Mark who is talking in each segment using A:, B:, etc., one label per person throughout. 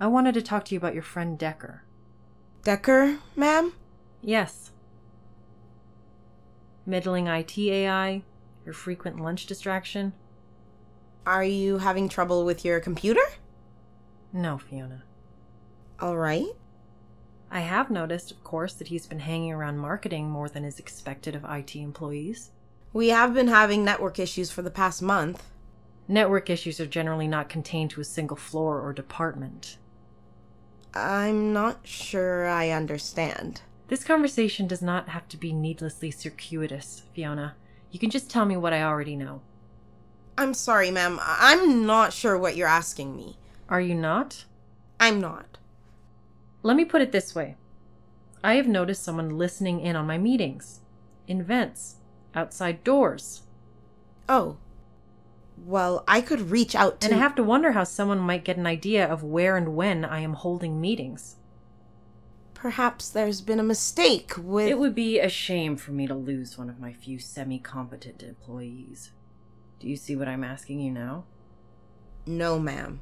A: I wanted to talk to you about your friend Decker.
B: Decker, ma'am?
A: Yes. Middling IT AI, your frequent lunch distraction.
B: Are you having trouble with your computer?
A: No, Fiona.
B: All right.
A: I have noticed, of course, that he's been hanging around marketing more than is expected of IT employees.
B: We have been having network issues for the past month.
A: Network issues are generally not contained to a single floor or department.
B: I'm not sure I understand.
A: This conversation does not have to be needlessly circuitous, Fiona. You can just tell me what I already know.
B: I'm sorry, ma'am. I- I'm not sure what you're asking me.
A: Are you not?
B: I'm not.
A: Let me put it this way I have noticed someone listening in on my meetings, in vents, outside doors,
B: Oh. Well, I could reach out to.
A: and I have to wonder how someone might get an idea of where and when I am holding meetings.
B: Perhaps there's been a mistake with.
C: It would be a shame for me to lose one of my few semi competent employees. Do you see what I'm asking you now?
B: No, ma'am.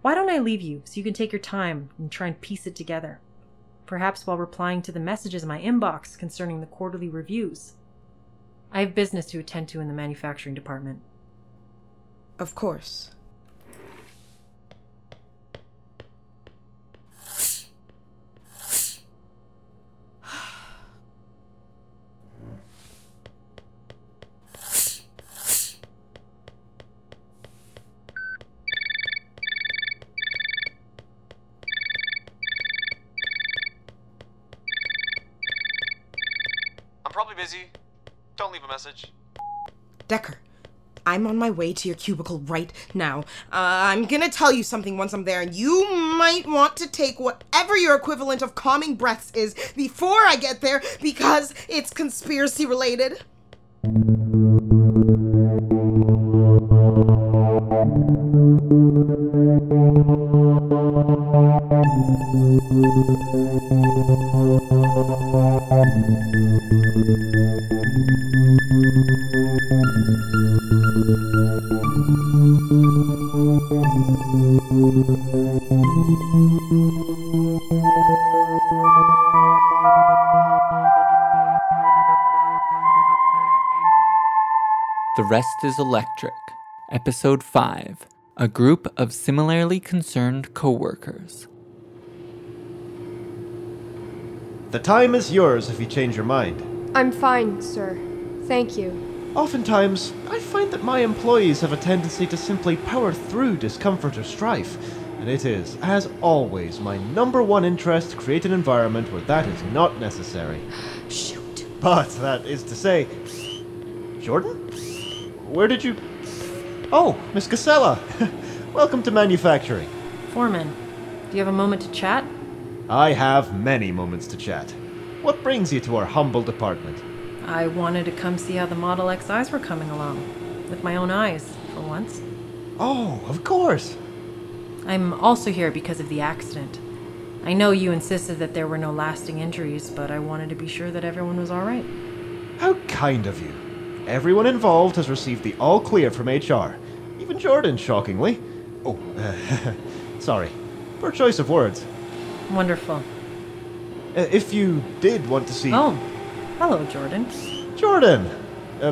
A: Why don't I leave you so you can take your time and try and piece it together? Perhaps while replying to the messages in my inbox concerning the quarterly reviews. I have business to attend to in the manufacturing department.
B: Of course.
D: I'm probably busy. Don't leave a message.
B: Decker, I'm on my way to your cubicle right now. Uh, I'm gonna tell you something once I'm there, and you might want to take whatever your equivalent of calming breaths is before I get there because it's conspiracy related.
E: The Rest is Electric, Episode 5 A Group of Similarly Concerned Coworkers.
F: The time is yours if you change your mind.
G: I'm fine, sir. Thank you.
F: Oftentimes, I find that my employees have a tendency to simply power through discomfort or strife, and it is, as always, my number one interest to create an environment where that is not necessary.
G: Shoot.
F: But that is to say, Jordan? Where did you. Oh, Miss Casella! Welcome to manufacturing.
A: Foreman, do you have a moment to chat?
F: I have many moments to chat. What brings you to our humble department?
A: I wanted to come see how the Model XIs were coming along, with my own eyes, for once.
F: Oh, of course!
A: I'm also here because of the accident. I know you insisted that there were no lasting injuries, but I wanted to be sure that everyone was alright.
F: How kind of you. Everyone involved has received the all clear from HR. Even Jordan, shockingly. Oh, uh, sorry. Poor choice of words.
A: Wonderful.
F: Uh, if you did want to see.
A: Oh, hello, Jordan.
F: Jordan! Uh,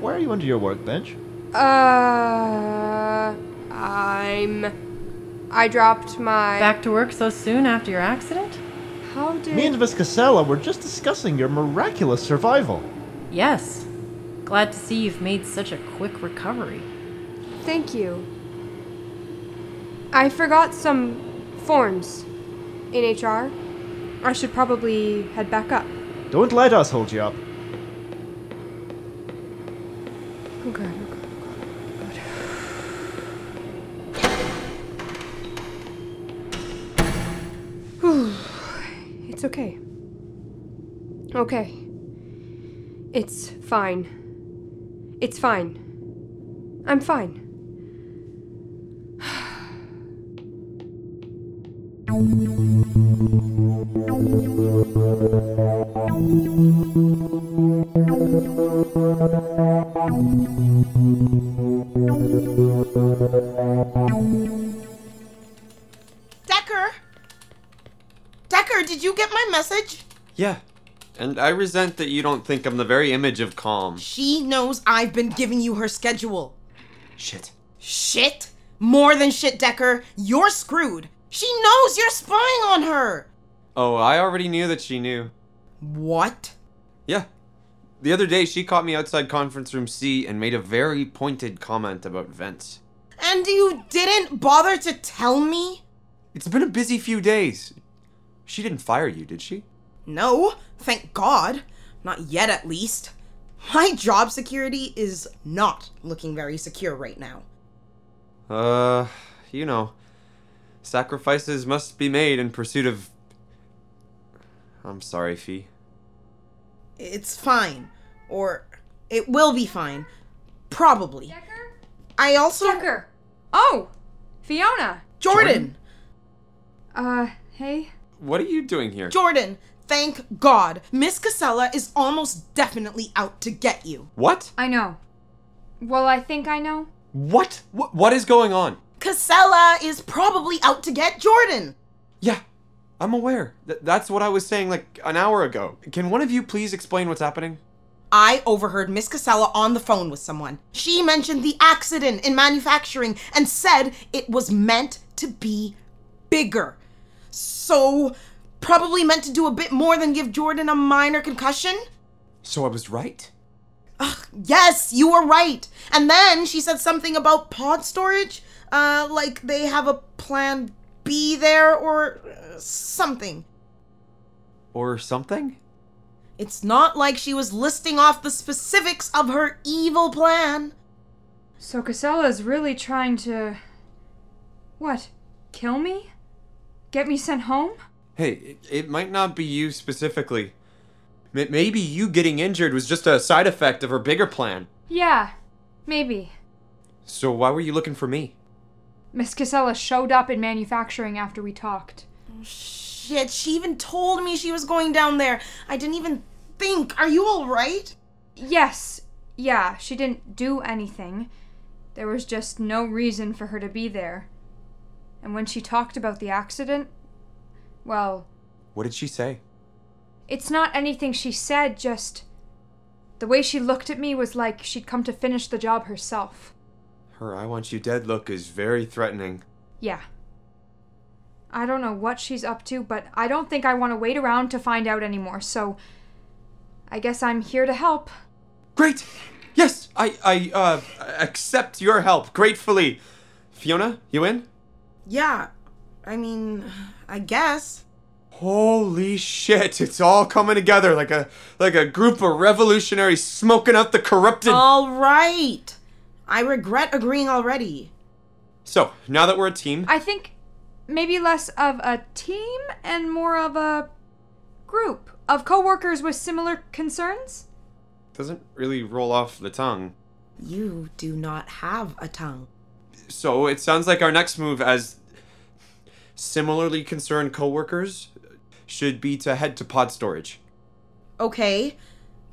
F: why are you under your workbench?
G: Uh, I'm. I dropped my.
A: Back to work so soon after your accident?
G: How did?
F: Me and Miss Casella were just discussing your miraculous survival.
A: Yes. Glad to see you've made such a quick recovery.
G: Thank you. I forgot some forms in HR. I should probably head back up.
F: Don't let us hold you up.
G: Okay. okay, okay, okay. it's okay. Okay. It's fine. It's fine. I'm fine.
B: Sir, did you get my message?
D: Yeah. And I resent that you don't think I'm the very image of calm.
B: She knows I've been giving you her schedule.
D: Shit.
B: Shit? More than shit, Decker. You're screwed. She knows you're spying on her.
D: Oh, I already knew that she knew.
B: What?
D: Yeah. The other day, she caught me outside conference room C and made a very pointed comment about vents.
B: And you didn't bother to tell me?
D: It's been a busy few days. She didn't fire you, did she?
B: No, thank God. Not yet, at least. My job security is not looking very secure right now.
D: Uh, you know, sacrifices must be made in pursuit of. I'm sorry, Fee.
B: It's fine. Or it will be fine. Probably.
G: Decker?
B: I also.
G: Decker! Oh! Fiona!
B: Jordan!
G: Uh, hey?
D: What are you doing here?
B: Jordan! Thank God! Miss Casella is almost definitely out to get you.
D: what?
G: I know. Well, I think I know.
D: What? Wh- what is going on?
B: Casella is probably out to get Jordan!
D: Yeah, I'm aware. Th- that's what I was saying like an hour ago. Can one of you please explain what's happening?
B: I overheard Miss Casella on the phone with someone. She mentioned the accident in manufacturing and said it was meant to be bigger. So, probably meant to do a bit more than give Jordan a minor concussion?
D: So I was right?
B: Yes, you were right. And then she said something about pod storage, uh, like they have a plan B there or uh, something.
D: Or something?
B: It's not like she was listing off the specifics of her evil plan.
G: So Casella's really trying to. What? Kill me? Get me sent home?
D: Hey, it, it might not be you specifically. M- maybe you getting injured was just a side effect of her bigger plan.
G: Yeah, maybe.
D: So why were you looking for me?
G: Miss Casella showed up in manufacturing after we talked.
B: Shit, she even told me she was going down there. I didn't even think. Are you all right?
G: Yes, yeah, she didn't do anything. There was just no reason for her to be there. And when she talked about the accident, well,
D: What did she say?
G: it's not anything she said, just. The way she looked at me was like she'd come to finish the job herself.
D: Her I want you dead look is very threatening.
G: Yeah. I don't know what she's up to, but I don't think I want to wait around to find out anymore, so. I guess I'm here to help.
D: Great! Yes, I, I, uh, accept your help gratefully. Fiona, you in?
B: Yeah, I mean, I guess.
D: Holy shit, it's all coming together like a like a group of revolutionaries smoking out the corrupted
B: All right. I regret agreeing already.
D: So, now that we're a team,
G: I think maybe less of a team and more of a group of coworkers with similar concerns.
D: doesn't really roll off the tongue.
B: You do not have a tongue.
D: So, it sounds like our next move as similarly concerned coworkers should be to head to pod storage.
B: okay,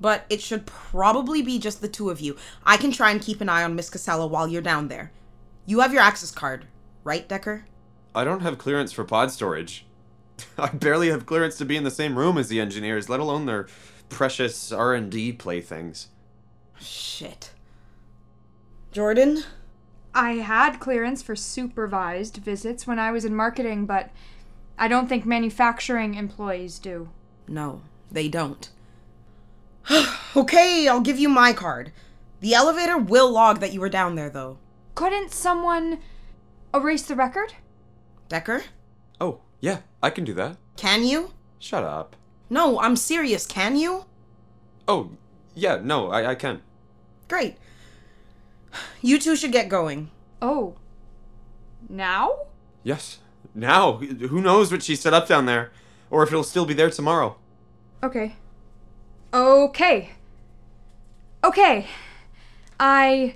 B: but it should probably be just the two of you. I can try and keep an eye on Miss Casella while you're down there. You have your access card, right, Decker?
D: I don't have clearance for pod storage. I barely have clearance to be in the same room as the engineers, let alone their precious R&D playthings.
B: Shit. Jordan?
G: I had clearance for supervised visits when I was in marketing, but I don't think manufacturing employees do.
B: No, they don't. okay, I'll give you my card. The elevator will log that you were down there, though.
G: Couldn't someone erase the record?
B: Decker?
D: Oh, yeah, I can do that.
B: Can you?
D: Shut up.
B: No, I'm serious, can you?
D: Oh, yeah, no, I, I can.
B: Great. You two should get going.
G: Oh. Now?
D: Yes. Now, who knows what she set up down there, or if it'll still be there tomorrow.
G: Okay. Okay. Okay. I.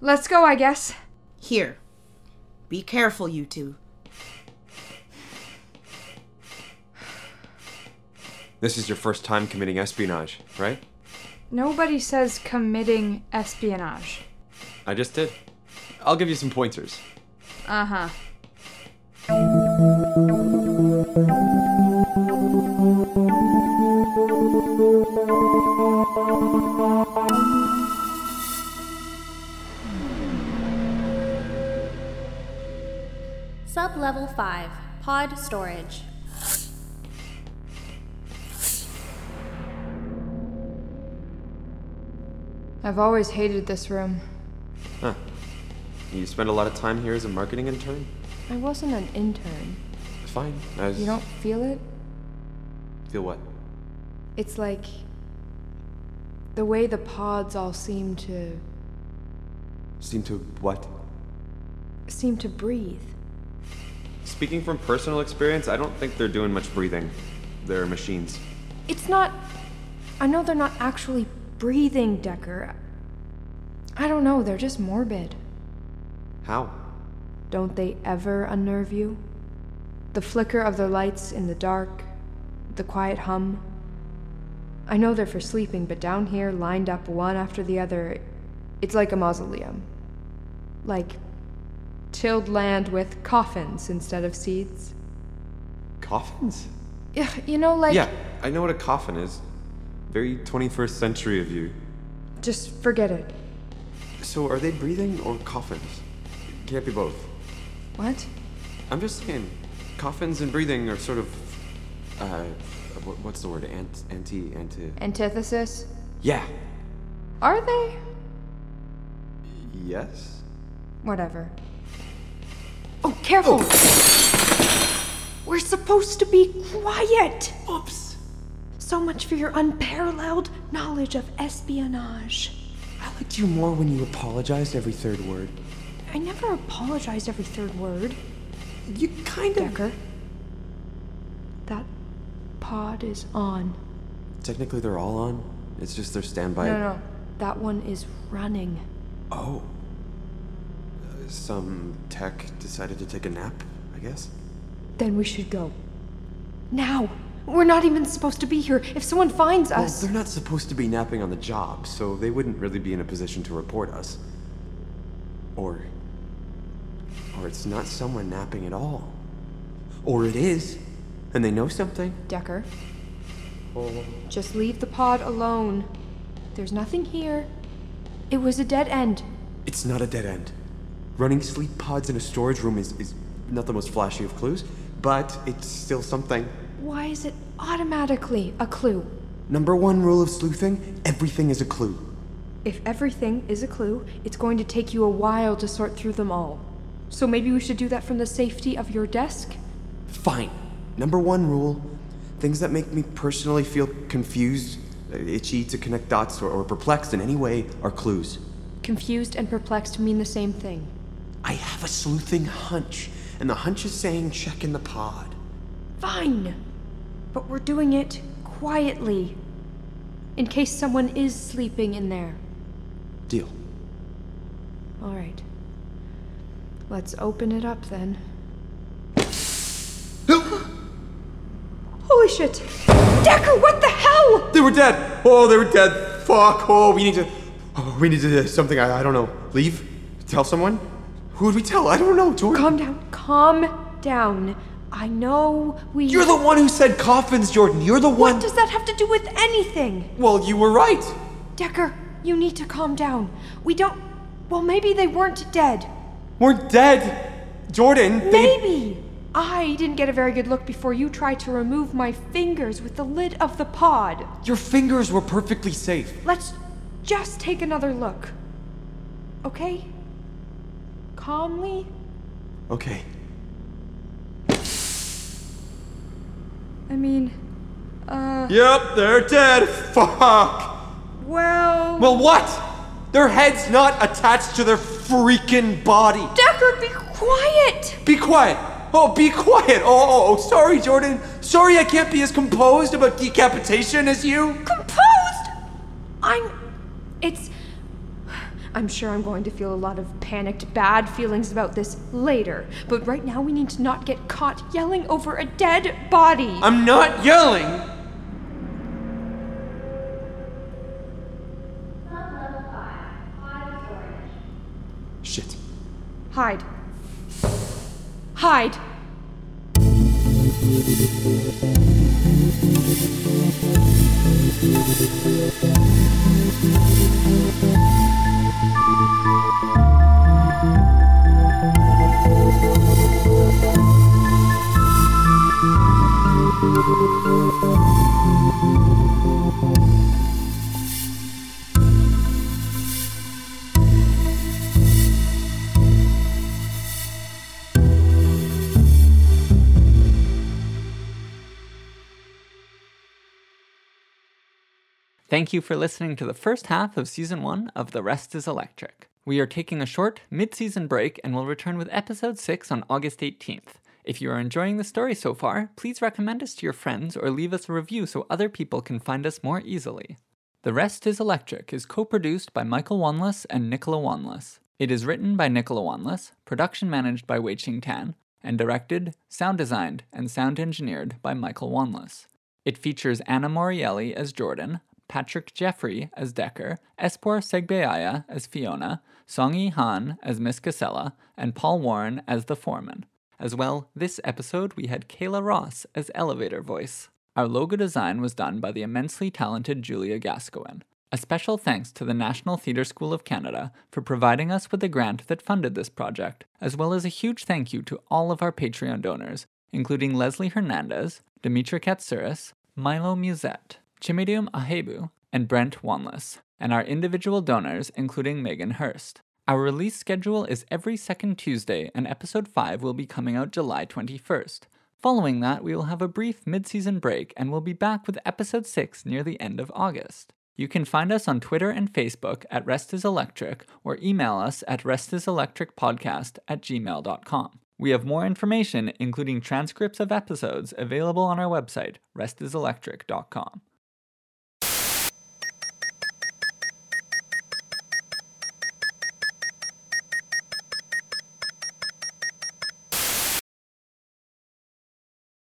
G: Let's go, I guess.
B: Here. Be careful, you two.
D: This is your first time committing espionage, right?
G: Nobody says committing espionage.
D: I just did. I'll give you some pointers.
G: Uh huh.
H: Sublevel 5 Pod Storage.
G: I've always hated this room.
D: Huh. You spend a lot of time here as a marketing intern?
G: I wasn't an intern.
D: Fine. I was...
G: You don't feel it?
D: Feel what?
G: It's like the way the pods all seem to
D: Seem to what?
G: seem to breathe.
D: Speaking from personal experience, I don't think they're doing much breathing. They're machines.
G: It's not I know they're not actually breathing, Decker. I don't know, they're just morbid.
D: How?
G: Don't they ever unnerve you? The flicker of their lights in the dark, the quiet hum. I know they're for sleeping, but down here, lined up one after the other, it's like a mausoleum. Like tilled land with coffins instead of seeds.
D: Coffins?
G: Yeah, you know, like.
D: yeah, I know what a coffin is. Very 21st century of you.
G: Just forget it.
D: So are they breathing or coffins? Can't be both.
G: What?
D: I'm just saying, coffins and breathing are sort of, uh, wh- what's the word? Ant, anti, anti.
G: Antithesis?
D: Yeah.
G: Are they?
D: Yes.
G: Whatever. Oh, careful! We're supposed to be quiet! Oops! So much for your unparalleled knowledge of espionage.
I: I liked you more when you apologized every third word.
G: I never apologized every third word.
I: You kind of.
G: Decker. That pod is on.
D: Technically, they're all on. It's just their standby.
G: No, no. That one is running.
D: Oh. Uh, Some tech decided to take a nap, I guess.
G: Then we should go. Now! We're not even supposed to be here. If someone finds
D: Well,
G: us.
D: they're not supposed to be napping on the job, so they wouldn't really be in a position to report us. Or. Or it's not someone napping at all. Or it is, and they know something.
G: Decker. Just leave the pod alone. There's nothing here. It was a dead end.
D: It's not a dead end. Running sleep pods in a storage room is, is not the most flashy of clues, but it's still something.
G: Why is it automatically a clue?
D: Number one rule of sleuthing everything is a clue.
G: If everything is a clue, it's going to take you a while to sort through them all. So maybe we should do that from the safety of your desk?
D: Fine. Number one rule things that make me personally feel confused, uh, itchy to connect dots, or, or perplexed in any way are clues.
G: Confused and perplexed mean the same thing.
D: I have a sleuthing hunch, and the hunch is saying check in the pod.
G: Fine! But we're doing it quietly. In case someone is sleeping in there.
D: Deal.
G: All right. Let's open it up then. Holy shit! Decker, what the hell?
D: They were dead. Oh, they were dead. Fuck. Oh, we need to. Oh, we need to do something. I, I don't know. Leave? Tell someone? Who would we tell? I don't know, Jordan.
G: Calm down, calm down. I know we.
D: You're the one who said coffins, Jordan. You're the one.
G: What does that have to do with anything?
D: Well, you were right.
G: Decker, you need to calm down. We don't. Well, maybe they weren't dead.
D: We're dead. Jordan, they.
G: Maybe! I didn't get a very good look before you tried to remove my fingers with the lid of the pod.
D: Your fingers were perfectly safe.
G: Let's just take another look. Okay? Calmly
D: Okay.
G: I mean, uh,
D: Yep, they're dead. Fuck.
G: well.
D: Well, what? Their head's not attached to their freaking body.
G: Decker, be quiet!
D: Be quiet. Oh, be quiet. Oh, oh, oh, sorry, Jordan. Sorry I can't be as composed about decapitation as you.
G: Composed! I'm. It's. I'm sure I'm going to feel a lot of panicked, bad feelings about this later, but right now we need to not get caught yelling over a dead body.
D: I'm not yelling. Shit.
G: Hide. Hide.
E: Thank you for listening to the first half of season one of The Rest is Electric. We are taking a short mid season break and will return with episode six on August 18th. If you are enjoying the story so far, please recommend us to your friends or leave us a review so other people can find us more easily. The Rest is Electric is co produced by Michael Wanless and Nicola Wanless. It is written by Nicola Wanless, production managed by Wei Ching Tan, and directed, sound designed, and sound engineered by Michael Wanless. It features Anna Morielli as Jordan, Patrick Jeffrey as Decker, Espor Segbeaya as Fiona, Songy Han as Miss Casella, and Paul Warren as the foreman. As well, this episode we had Kayla Ross as elevator voice. Our logo design was done by the immensely talented Julia Gascoigne. A special thanks to the National Theatre School of Canada for providing us with the grant that funded this project, as well as a huge thank you to all of our Patreon donors, including Leslie Hernandez, Dimitra Katsouris, Milo Musette, Chimidum Ahebu, and Brent Wanless, and our individual donors, including Megan Hurst. Our release schedule is every second Tuesday, and episode 5 will be coming out July 21st. Following that, we will have a brief mid season break and we'll be back with episode 6 near the end of August. You can find us on Twitter and Facebook at Rest is Electric or email us at restiselectricpodcast at gmail.com. We have more information, including transcripts of episodes, available on our website, restiselectric.com.